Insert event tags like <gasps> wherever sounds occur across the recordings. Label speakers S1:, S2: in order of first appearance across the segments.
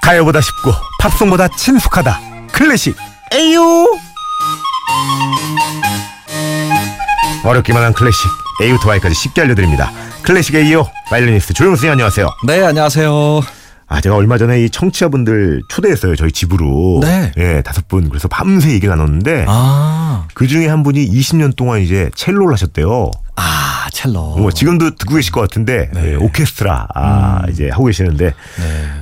S1: 가요보다 쉽고 팝송보다 친숙하다 클래식 에유 어렵기만 한 클래식 에유 투와이까지 쉽게 알려드립니다 클래식 에이오 바이올리니스트 조용수 님 안녕하세요
S2: 네, 안녕하세요.
S1: 아 제가 얼마 전에 이 청취자분들 초대했어요 저희 집으로
S2: 네.
S1: 예 다섯 분 그래서 밤새 얘기 나눴는데
S2: 아,
S1: 그 중에 한 분이 20년 동안 이제 첼로를 하셨대요
S2: 아, 첼로.
S1: 뭐 지금도 듣고 계실 것 같은데
S2: 네. 음.
S1: 예, 오케스트라 아, 이제 하고 계시는데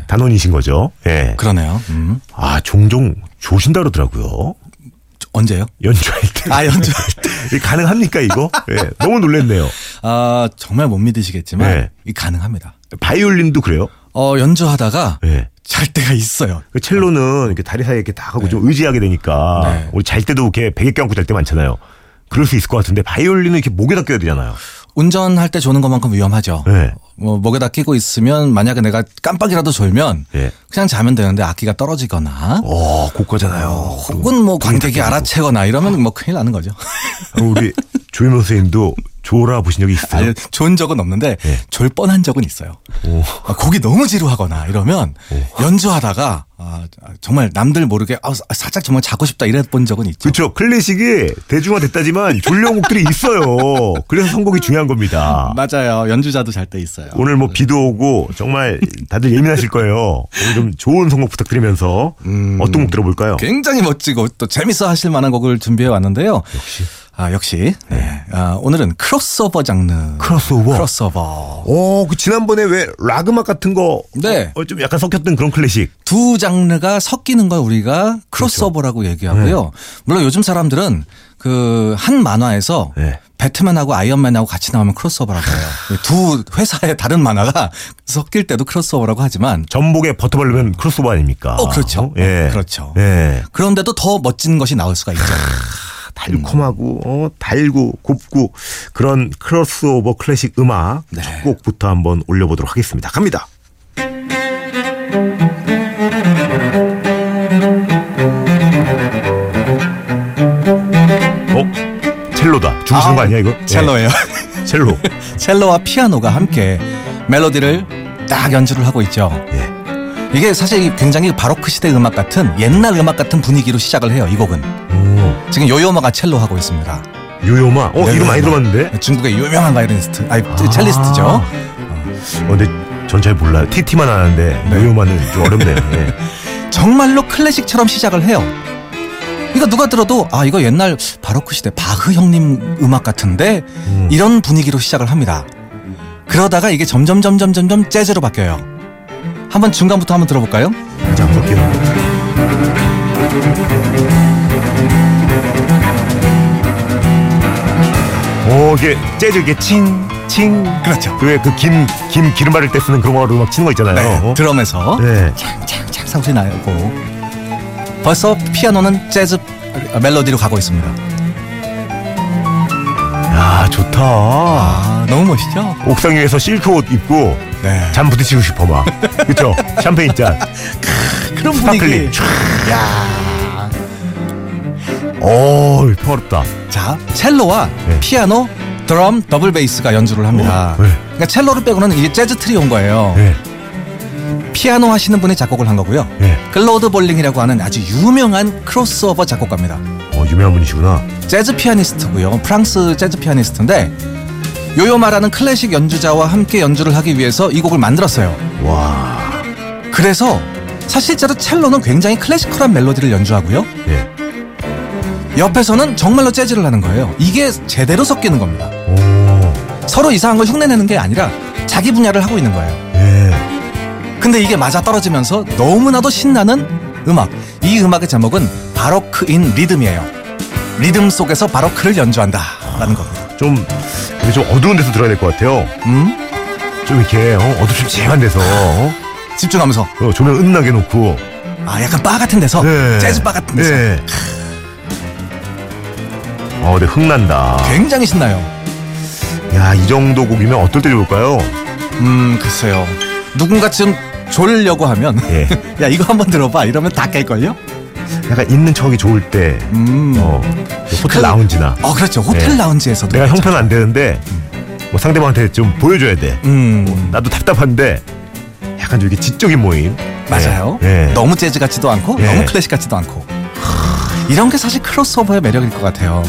S1: 단원이신 거죠 예.
S2: 그러네요. 음.
S1: 아 종종 조신다 그러더라고요.
S2: 저- 언제요?
S1: 연주할 때.
S2: 아, 연주.
S1: 이게 가능합니까 이거? 예, 너무 놀랬네요.
S2: <laughs> 아, 정말 못 믿으시겠지만
S1: 네.
S2: 이 가능합니다.
S1: 바이올린도 그래요?
S2: 어, 연주하다가
S1: 예.
S2: 잘 때가 있어요.
S1: 그 첼로는 이렇게 다리 사이에 이렇게 다 하고 좀 의지하게 되니까
S2: 네.
S1: 우리 잘 때도 이렇게 베개 껴안고 잘 때 많잖아요. 그럴 수 있을 것 같은데 바이올린은 이렇게 목에다 껴야 되잖아요.
S2: 운전할 때 조는 것만큼 위험하죠.
S1: 네.
S2: 뭐 목에다 끼고 있으면 만약에 내가 깜빡이라도 졸면
S1: 예.
S2: 그냥 자면 되는데 악기가 네. 떨어지거나
S1: 어, 고가잖아요.
S2: 혹은 뭐 관객이 알아채거나 이러면 뭐 큰일 나는 거죠.
S1: 우리 조윤호 선생님도 졸아 보신 적이 있어요?
S2: 아니, 좋은 적은 없는데 졸 뻔한 적은 있어요.
S1: 예. 오.
S2: 아, 곡이 너무 지루하거나 이러면 연주하다가 아, 정말 남들 모르게 아, 사- 살짝 정말 자고 싶다 이랬본 적은 있죠.
S1: 그렇죠. 클래식이 대중화됐다지만 졸려온 곡들이 있어요. 그래서 선곡이 중요한 겁니다.
S2: 맞아요. 연주자도 잘 때 있어요.
S1: 오늘 뭐 비도 오고 정말 다들 예민하실 거예요. 오늘 좀 좋은 선곡 부탁드리면서 어떤 곡 들어볼까요?
S2: 굉장히 멋지고 또 재밌어 하실 만한 곡을 준비해 왔는데요. 역시. 아, 역시. 네. 아, 오늘은 크로스오버 장르.
S1: 크로스오버.
S2: 크로스오버.
S1: 어, 그 지난번에 왜 락음악 같은 거,
S2: 네.
S1: 어, 좀 약간 섞였던 그런 클래식.
S2: 두 장르가 섞이는 걸 우리가 크로스오버라고
S1: 그렇죠.
S2: 얘기하고요.
S1: 네.
S2: 물론 요즘 사람들은 그 한 만화에서
S1: 네.
S2: 배트맨하고 아이언맨하고 같이 나오면 크로스오버라고 해요. 두 회사의 다른 만화가 섞일 때도 크로스오버라고 하지만
S1: 전복에 버터 바르면 크로스오버 아닙니까?
S2: 어, 그렇죠.
S1: 예,
S2: 그렇죠.
S1: 예,
S2: 그런데도 더 멋진 것이 나올 수가 있죠.
S1: 아, 달콤하고 어, 달고 곱고 그런 크로스오버 클래식 음악 첫 곡부터 한번 올려보도록 하겠습니다. 갑니다. 어, 첼로다. 죽으시는 거 아니야 이거? 예.
S2: 첼로예요. <laughs>
S1: 첼로.
S2: 첼로와 피아노가 함께 멜로디를 딱 연주를 하고 있죠.
S1: 예.
S2: 이게 사실 굉장히 바로크 시대 음악 같은 옛날 음악 같은 분위기로 시작을 해요. 이
S1: <laughs>
S2: 곡은
S1: 오,
S2: 지금 요요마가 첼로 하고 있습니다.
S1: 요요마. 어,
S2: 네,
S1: 이거
S2: 네,
S1: 많이
S2: 네.
S1: 들어봤는데.
S2: 중국의 유명한 바이올리니스트, 아니 첼리스트죠.
S1: 어, 근데 전 잘 몰라요. 티티만 아는데
S2: 네.
S1: 요요마는 좀
S2: <laughs>
S1: 어렵네요. 예.
S2: 정말로 클래식처럼 시작을 해요. 이거 누가 들어도 아 이거 옛날 바로크 시대 바흐 형님 음악 같은데 이런 분위기로 시작을 합니다. 그러다가 이게 점점 점점 점점 재즈로 바뀌어요. 한번 중간부터 한번 들어볼까요?
S1: 진짜 무섭긴 하네. 오, 어, 이게 재즈 이게 칭, 칭.
S2: 그렇죠.
S1: 왜그김김 기름 바를 때 쓰는 그런 거로 막 치는 거 있잖아요.
S2: 네,
S1: 어?
S2: 드럼에서
S1: 네.
S2: 창창창 상소리 나고 벌써 피아노는 재즈 멜로디로 가고 있습니다.
S1: 야, 좋다.
S2: 아 너무 멋있죠?
S1: 옥상 위에서 실크 옷 입고
S2: 네.
S1: 잠 부딪히고 싶어
S2: <laughs>
S1: 막. 그쵸? 샴페인 잔.
S2: 그런
S1: 스파클링.
S2: 분위기. 야.
S1: 오, 평화롭다.
S2: 자, 첼로와
S1: 네.
S2: 피아노, 드럼, 더블 베이스가 연주를 합니다.
S1: 어, 네.
S2: 그러니까 첼로를 빼고는 이게 재즈 트리온 거예요.
S1: 네.
S2: 피아노 하시는 분이 작곡을 한 거고요.
S1: 네.
S2: 클로드 볼링이라고 하는 아주 유명한 크로스오버 작곡가입니다.
S1: 어, 유명한 분이시구나.
S2: 재즈 피아니스트고요. 프랑스 재즈 피아니스트인데 요요마라는 클래식 연주자와 함께 연주를 하기 위해서 이 곡을 만들었어요.
S1: 와.
S2: 그래서 사실제로 첼로는 굉장히 클래시컬한 멜로디를 연주하고요.
S1: 예.
S2: 옆에서는 정말로 재즈를 하는 거예요. 이게 제대로 섞이는 겁니다.
S1: 오.
S2: 서로 이상한 걸 흉내내는 게 아니라 자기 분야를 하고 있는 거예요.
S1: 예.
S2: 근데 이게 맞아 떨어지면서 너무나도 신나는 음악. 이 음악의 제목은 바로크인 리듬이에요. 리듬 속에서 바로크를 연주한다라는 겁니다.
S1: 좀 근데 좀 어두운 데서 들어야 될 것 같아요.
S2: 음?
S1: 좀 이렇게 어, 어두침침한 데서 어?
S2: 집중하면서
S1: 어, 조명 은은하게 놓고 예.
S2: 아 약간 바 같은 데서 재즈 바 같은 데서
S1: 네. 어, 근데 흥난다.
S2: 굉장히 신나요.
S1: 야, 이 정도 곡이면 어떨 때 좋을까요?
S2: 음 글쎄요. 누군가 지금 졸려고 하면
S1: 예,
S2: <laughs> 야 이거 한번 들어봐 이러면 다 깰걸요?
S1: 약간 있는 척이 좋을 때,
S2: 음. 어,
S1: 어, 호텔 라운지나
S2: 그렇죠. 호텔
S1: 네.
S2: 라운지에서도
S1: 내가
S2: 그렇죠.
S1: 형편 안 되는데 뭐 상대방한테 좀 보여줘야 돼.
S2: 음.
S1: 나도 답답한데 약간 좀 이렇게 지적인 모임,
S2: 맞아요.
S1: 네.
S2: 너무 재즈 같지도 않고
S1: 네.
S2: 너무 클래식 같지도 않고 이런 게 사실 크로스오버의 매력일 것 같아요.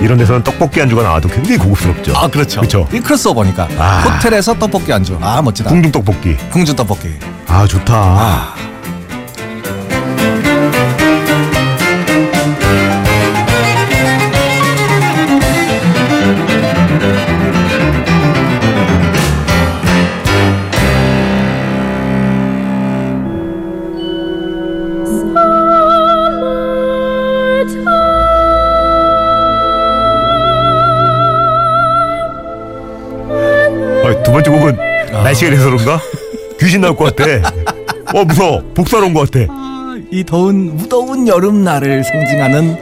S1: 이런 데서는 떡볶이 안주가 나와도 굉장히 고급스럽죠.
S2: 아 그렇죠.
S1: 그렇죠.
S2: 이 크로스오버니까
S1: 아.
S2: 호텔에서 떡볶이 안주. 아 멋지다.
S1: 궁중 떡볶이.
S2: 궁중 떡볶이.
S1: 아 좋다.
S2: 아.
S1: 아, 두 번째 곡은 날씨가 돼서 그런가? 귀신 나올 것 같아.
S2: <laughs>
S1: 어 무서워. 복살 온것 같아.
S2: 이 더운 무더운 여름 날을 상징하는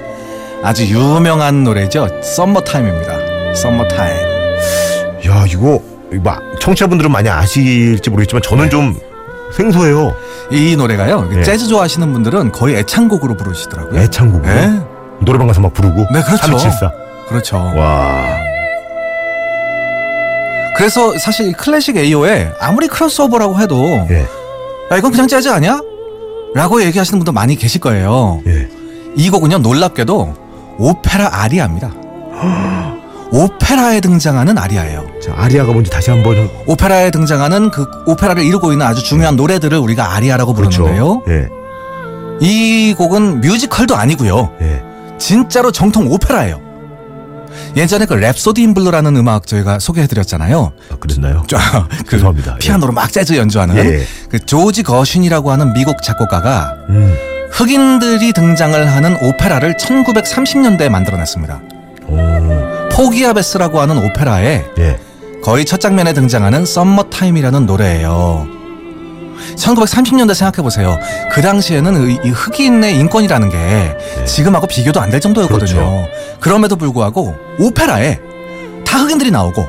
S2: 아주 유명한 노래죠. 썸머 타임입니다. 썸머 타임.
S1: 야 이거 막 청취자분들은 많이 아실지 모르겠지만 저는 좀 생소해요.
S2: 이 노래가요.
S1: 예.
S2: 재즈 좋아하시는 분들은 거의 애창곡으로 부르시더라고요.
S1: 애창곡.
S2: 예.
S1: 요 노래방 가서 막 부르고.
S2: 네, 그렇죠.
S1: 374.
S2: 그렇죠.
S1: 와.
S2: 그래서 사실 이 클래식 AO에 아무리 크로스오버라고 해도
S1: 예.
S2: 야 이건 그냥 재즈 아니야? 라고 얘기하시는 분도 많이 계실 거예요.
S1: 예.
S2: 이 곡은요 놀랍게도 오페라 아리아입니다. <gasps> 오페라에 등장하는 아리아예요.
S1: 자, 아리아가 뭔지 다시 한번
S2: 오페라에 등장하는 그 오페라를 이루고 있는 아주 중요한 노래들을 우리가 아리아라고
S1: 그렇죠.
S2: 부르는데요.
S1: 예.
S2: 이 곡은 뮤지컬도 아니고요.
S1: 예.
S2: 진짜로 정통 오페라예요. 예전에 그 랩소디 인 블루라는 음악 저희가 소개해드렸잖아요.
S1: 아, 그랬나요? <laughs>
S2: 쫙
S1: 죄송합니다. 예.
S2: 피아노로 막 재즈 연주하는
S1: 예.
S2: 그 조지 거신이라고 하는 미국 작곡가가
S1: 음.
S2: 흑인들이 등장을 하는 오페라를 1930년대에 만들어냈습니다.
S1: 오.
S2: 포기아베스라고 하는 오페라에
S1: 예.
S2: 거의 첫 장면에 등장하는 썸머타임이라는 노래예요. 1930년대 생각해보세요. 그 당시에는 이- 이 흑인의 인권이라는 게 지금하고 비교도 안 될 정도였거든요. 네. 그럼에도 불구하고 오페라에 다 흑인들이 나오고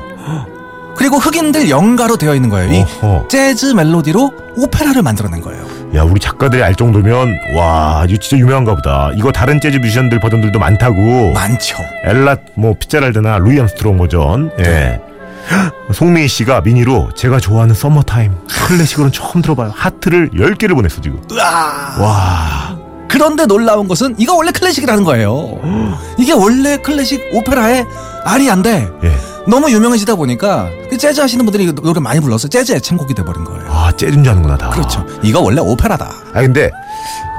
S2: 그리고 흑인들 영가로 되어 있는 거예요. 이
S1: 어허.
S2: 재즈 멜로디로 오페라를 만들어낸 거예요.
S1: 야, 우리 작가들이 알 정도면 와, 이거 진짜 유명한가 보다. 이거 다른 재즈 뮤지션들 버전들도 많다고.
S2: 많죠.
S1: 엘라 뭐 피자랄드나 루이 암스트롱 버전. 예. 헉, 송민희 씨가 미니로 제가 좋아하는 서머타임 클래식으로는 처음 들어봐요. 하트를 10개를 보냈어 지금.
S2: 으아.
S1: 와.
S2: 그런데 놀라운 것은 이거 원래 클래식이라는 거예요. 이게 원래 클래식 오페라의 아리아인데
S1: 예.
S2: 너무 유명해지다 보니까 그 재즈 하시는 분들이 이 노래 많이 불러서 재즈 애창곡이 돼버린 거예요.
S1: 아, 재즈인 줄 아는구나 다.
S2: 그렇죠. 이거 원래 오페라다.
S1: 아 근데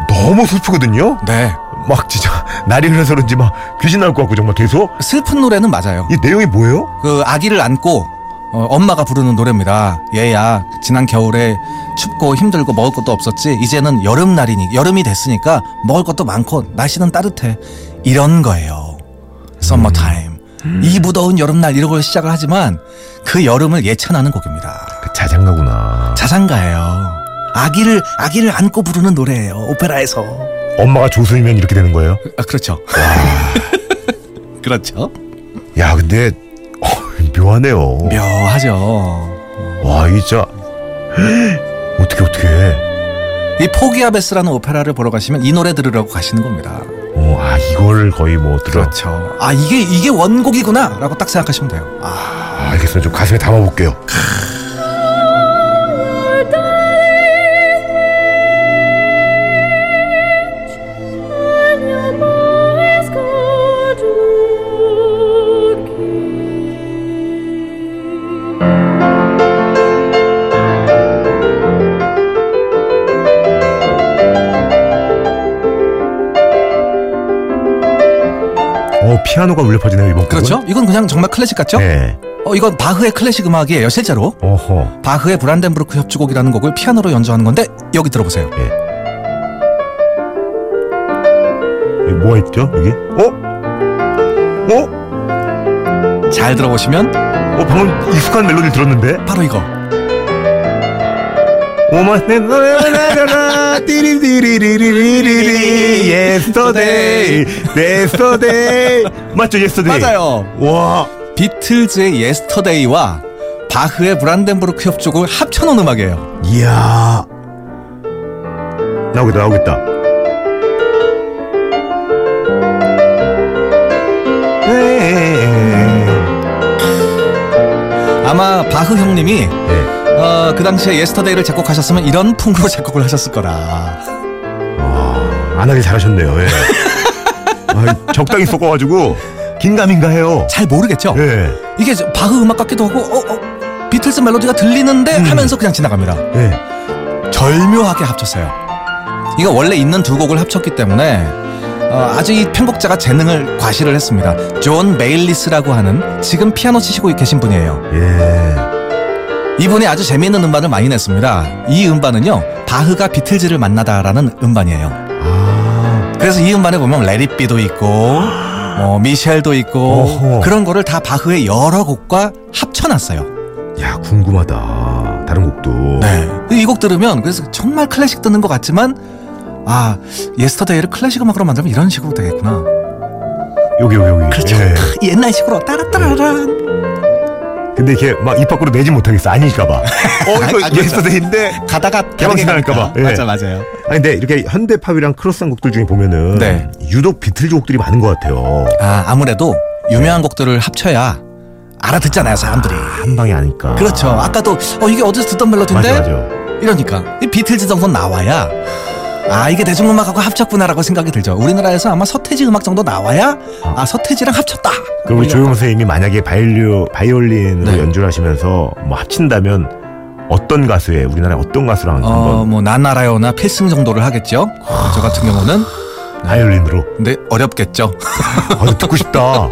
S1: 너무 슬프거든요.
S2: 네.
S1: 막 진짜 <laughs> 날이 흘러서 그런지 막 귀신 나올 것 같고 정말 계속
S2: 슬픈 노래는 맞아요.
S1: 이 내용이 뭐예요?
S2: 그 아기를 안고 어, 엄마가 부르는 노래입니다. 얘야, 지난 겨울에 춥고 힘들고 먹을 것도 없었지. 이제는 여름날이니 여름이 됐으니까 먹을 것도 많고 날씨는 따뜻해. 이런 거예요. 썸머타임. 이 무더운 여름날 이러고 시작을 하지만 그 여름을 예찬하는 곡입니다.
S1: 그 자장가구나.
S2: 자장가예요. 아기를 아기를 안고 부르는 노래예요. 오페라에서.
S1: 엄마가 조수이면 이렇게 되는 거예요?
S2: 아, 그렇죠. <laughs> 그렇죠.
S1: 야 근데 어, 묘하네요.
S2: 묘하죠.
S1: 와 이게 진짜 어떻게 어떻게?
S2: 이 포기아베스라는 오페라를 보러 가시면 이 노래 들으라고 가시는 겁니다.
S1: 어, 아 이걸 거의 뭐 들어.
S2: 그렇죠. 아 이게 이게 원곡이구나라고 딱 생각하시면 돼요. 아
S1: 아, 알겠어요. 좀 가슴에 담아볼게요. 어 피아노가 울려 퍼지네요 이번 곡은.
S2: 그렇죠. 이건 그냥 정말 클래식 같죠?
S1: 네.
S2: 어 이건 바흐의 클래식 음악이에요. 실제로
S1: 어허.
S2: 바흐의 브란덴부르크 협주곡이라는 곡을 피아노로 연주하는 건데 여기 들어보세요.
S1: 여기 뭐가 있죠 여기? 어? 어?
S2: 잘 들어보시면
S1: 어 방금 익숙한 멜로디를 들었는데.
S2: 바로 이거.
S1: 오마네 노래라라 띠리리리리리리리 yesterday yesterday 맞죠 yesterday
S2: 맞아요.
S1: 와
S2: 비틀즈의 예스터데이와 바흐의 브란덴부르크 협주곡을 합쳐놓은 음악이에요.
S1: 이야 나오겠다 나오겠다 예.
S2: 아마 바흐 형님이 어, 어, 그 당시에 예스터데이를 작곡하셨으면 이런 풍으로 <laughs> 작곡을 하셨을 거라.
S1: 아, 안 하길 잘하셨네요. 예. 아, 적당히 섞어가지고 긴가민가 해요.
S2: 잘 모르겠죠?
S1: 예,
S2: 이게 저 바흐 음악 같기도 하고 어, 어, 비틀스 멜로디가 들리는데
S1: 음.
S2: 하면서 그냥 지나갑니다.
S1: 예.
S2: 절묘하게 합쳤어요. 이거 원래 있는 두 곡을 합쳤기 때문에 어, 아주 이 편곡자가 재능을 과시를 했습니다. 존 메일리스라고 하는 지금 피아노 치시고 계신 분이에요.
S1: 예.
S2: 이분이 아주 재미있는 음반을 많이 냈습니다. 이 음반은요 바흐가 비틀즈를 만나다라는 음반이에요.
S1: 아,
S2: 그래서 이 음반에 보면 레리비도 있고 뭐 미셸도 있고
S1: 어허.
S2: 그런 거를 다 바흐의 여러 곡과 합쳐놨어요.
S1: 야 궁금하다. 다른 곡도.
S2: 네. 이 곡 들으면 그래서 정말 클래식 듣는 것 같지만 아 예스터데이를 클래식 음악으로 만들면 이런 식으로 되겠구나.
S1: 여기 여기 여기.
S2: 그렇죠.
S1: 예.
S2: 옛날식으로 따라따라란
S1: 근데 이게 막 입 밖으로 내지 못하겠어.
S2: <laughs>
S1: 아닐까봐. 어,
S2: 아,
S1: 이거
S2: 그렇죠.
S1: 예스터데이인데.
S2: 가다가
S1: 개방신 할까봐. 예.
S2: 맞아 맞아요.
S1: 아니 근데 이렇게 현대 팝이랑 크로스한 곡들 중에 보면은
S2: 네.
S1: 유독 비틀즈 곡들이 많은 것 같아요.
S2: 아 아무래도 유명한 곡들을 합쳐야 알아듣잖아요 사람들이.
S1: 한 방에 아니까.
S2: 그렇죠. 아까도 어 이게 어디서 듣던 멜로디인데
S1: 맞아 맞아.
S2: 이러니까 이 비틀즈 정도 나와야 아 이게 대중음악하고 합쳤구나라고 생각이 들죠. 우리나라에서 아마 서태지 음악 정도 나와야 아 서태지랑 합쳤다.
S1: 그 우리 조용 선생님이 만약에 바이올리, 바이올린으로
S2: 네.
S1: 연주를 하시면서 뭐 합친다면 어떤 가수에 우리나라 어떤 가수랑 한번
S2: 어뭐난 알아요나 필승 정도를 하겠죠. 저 같은 경우는
S1: 바이올린으로
S2: 근데 어렵겠죠.
S1: 아주 듣고
S2: <laughs>
S1: 싶다.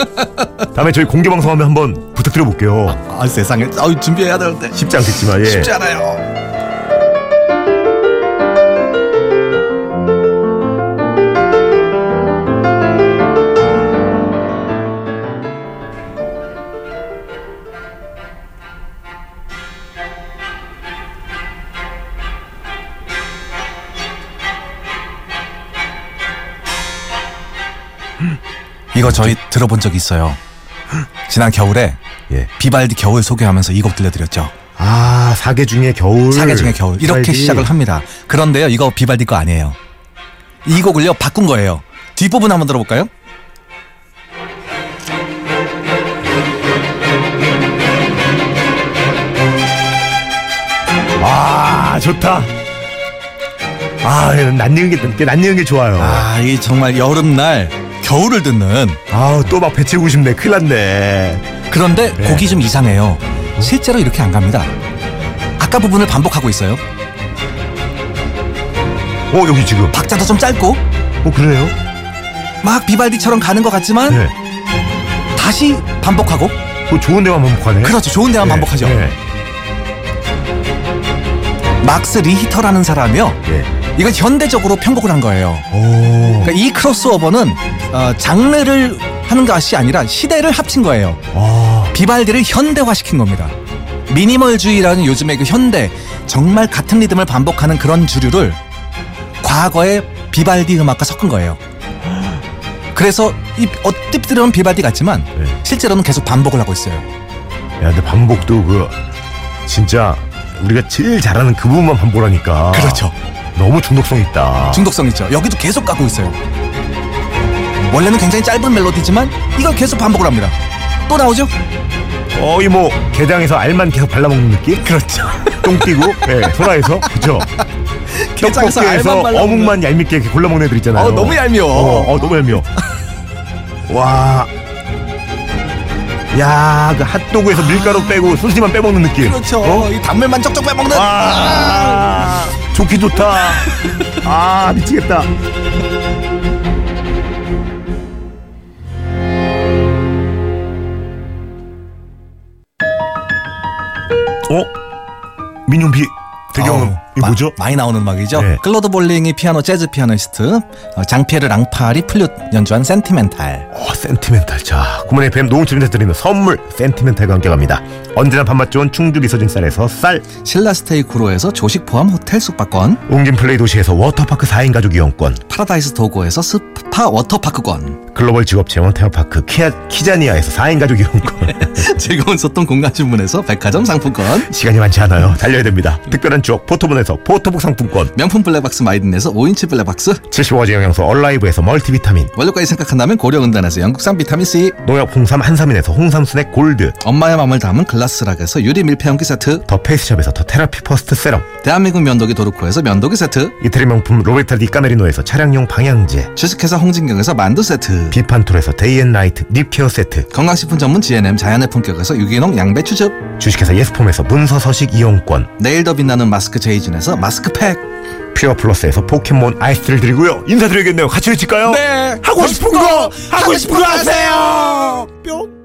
S1: 다음에 저희 공개 방송하면 한번 부탁드려 볼게요.
S2: 아 세상에, 아 준비해야 되는데
S1: 쉽지 않겠지만 예.
S2: 쉽지 않아요. 이거 저희 들어본 적 있어요. 지난 겨울에
S1: 예.
S2: 비발디 겨울 소개하면서 이 곡 들려드렸죠.
S1: 아 사계 중에 겨울.
S2: 사계 중의 겨울 이렇게
S1: 살기.
S2: 시작을 합니다. 그런데요, 이거 비발디 거 아니에요. 이 곡을요 바꾼 거예요. 뒷부분 한번 들어볼까요?
S1: 와 좋다. 아 낯익은 게 낯익은 게 좋아요.
S2: 아, 이 정말 여름날 겨울을 듣는.
S1: 아우 또 막 배치고 싶네. 큰일 났네.
S2: 그런데
S1: 네.
S2: 곡이 좀 이상해요. 실제로 이렇게 안 갑니다. 아까 부분을 반복하고 있어요.
S1: 어 여기 지금.
S2: 박자도 좀 짧고
S1: 어 그래요?
S2: 막 비발디처럼 가는 것 같지만
S1: 네.
S2: 다시 반복하고
S1: 뭐 좋은 데만 반복하네.
S2: 그렇죠. 좋은 데만
S1: 예,
S2: 반복하죠.
S1: 예,
S2: 막스 리히터라는 사람이요.
S1: 예.
S2: 이건 현대적으로 편곡을 한 거예요.
S1: 오.
S2: 그러니까 이 크로스오버는 어, 장르를 하는 것이 아니라 시대를 합친 거예요.
S1: 아.
S2: 비발디를 현대화시킨 겁니다. 미니멀주의라는 요즘의 그 현대 정말 같은 리듬을 반복하는 그런 주류를 과거의 비발디 음악과 섞은 거예요. 그래서 이 어뜻 들으면 비발디 같지만
S1: 네.
S2: 실제로는 계속 반복을 하고 있어요.
S1: 야, 근데 반복도 그 진짜 우리가 제일 잘하는 그 부분만 반복하니까.
S2: 그렇죠.
S1: 너무 중독성 있다.
S2: 중독성 있죠. 여기도 계속 가고 있어요. 원래는 굉장히 짧은 멜로디지만 이걸 계속 반복을 합니다. 또 나오죠?
S1: 거의 뭐 게장에서 알만 계속 발라먹는 느낌?
S2: 그렇죠.
S1: <laughs> 똥 띄고, 예, 소라에서 그죠?
S2: <laughs> 게장에서
S1: 떡볶이에서
S2: 알만 발라먹는-
S1: 어묵만 얄밉게 이렇게 골라먹는 애들 있잖아요.
S2: 어, 너무 얄미워.
S1: 어, 어, 너무
S2: <laughs>
S1: 얄미워. 와. 야, 그 핫도그에서 밀가루 빼고 소시지만 빼먹는 느낌.
S2: 그렇죠.
S1: 어?
S2: 이 단물만 쩍쩍 빼먹는.
S1: 아, 좋기 좋다. 아, 미치겠다. 어? 민용비 대경음
S2: 아우,
S1: 이
S2: 마-
S1: 뭐죠?
S2: 많이 나오는 음악이죠.
S1: 네.
S2: 클로드 볼링이 피아노 재즈 피아니스트, 어, 장피에르 랑팔이 플룻 연주한 센티멘탈.
S1: 어, 센티멘탈. 자, 구몬 FM 노홍철입니다 드리는 선물 센티멘탈과 함께 갑니다. 언제나 밥맛 좋은 충주리 서진 쌀에서 쌀,
S2: 신라 스테이 구로에서 조식 포함 호텔 숙박권,
S1: 웅진 플레이 도시에서 워터파크 4인 가족 이용권,
S2: 파라다이스 도고에서 스파 워터파크권, <laughs>
S1: 글로벌 직업 재원 테마파크 키아, 키자니아에서 4인 가족 이용권. <laughs>
S2: 즐거운 소통 공간 주문에서 백화점 상품권.
S1: 시간이 많지 않아요. 달려야 됩니다. 특별한 추억 포토본에 푸드원에서 포토북 상품권
S2: 명품 블랙박스 마이든에서 5인치 블랙박스
S1: 75가지 영양소 얼라이브에서 멀티비타민
S2: 원료까지 생각한다면 고려은단에서 영국산 비타민C
S1: 농협 홍삼 한삼인에서 홍삼 스낵 골드
S2: 엄마의 마음을 담은 글라스락에서 유리 밀폐용기 세트
S1: 더 페이스샵에서 더 테라피 퍼스트 세럼
S2: 대한민국 면도기 도르코에서 면도기 세트
S1: 이태리 명품 로베타 디카메리노에서 차량용 방향제
S2: 주식회사 홍진경에서 만두 세트
S1: 비판툴에서 데이앤나이트 립케어 세트
S2: 건강식품 전문 GNM 자연의 품격에서 유기농 양배추즙
S1: 주식회사 예스폼에서 문서 서식 이용권
S2: 내일 더 빛나는 마스크 제이진에서 마스크팩
S1: 퓨어 플러스에서 포켓몬 아이스를 드리고요 인사드리겠네요 같이 외칠까요?
S2: 네
S1: 하고 싶은 거 하고 싶은 거 하세요
S2: 뿅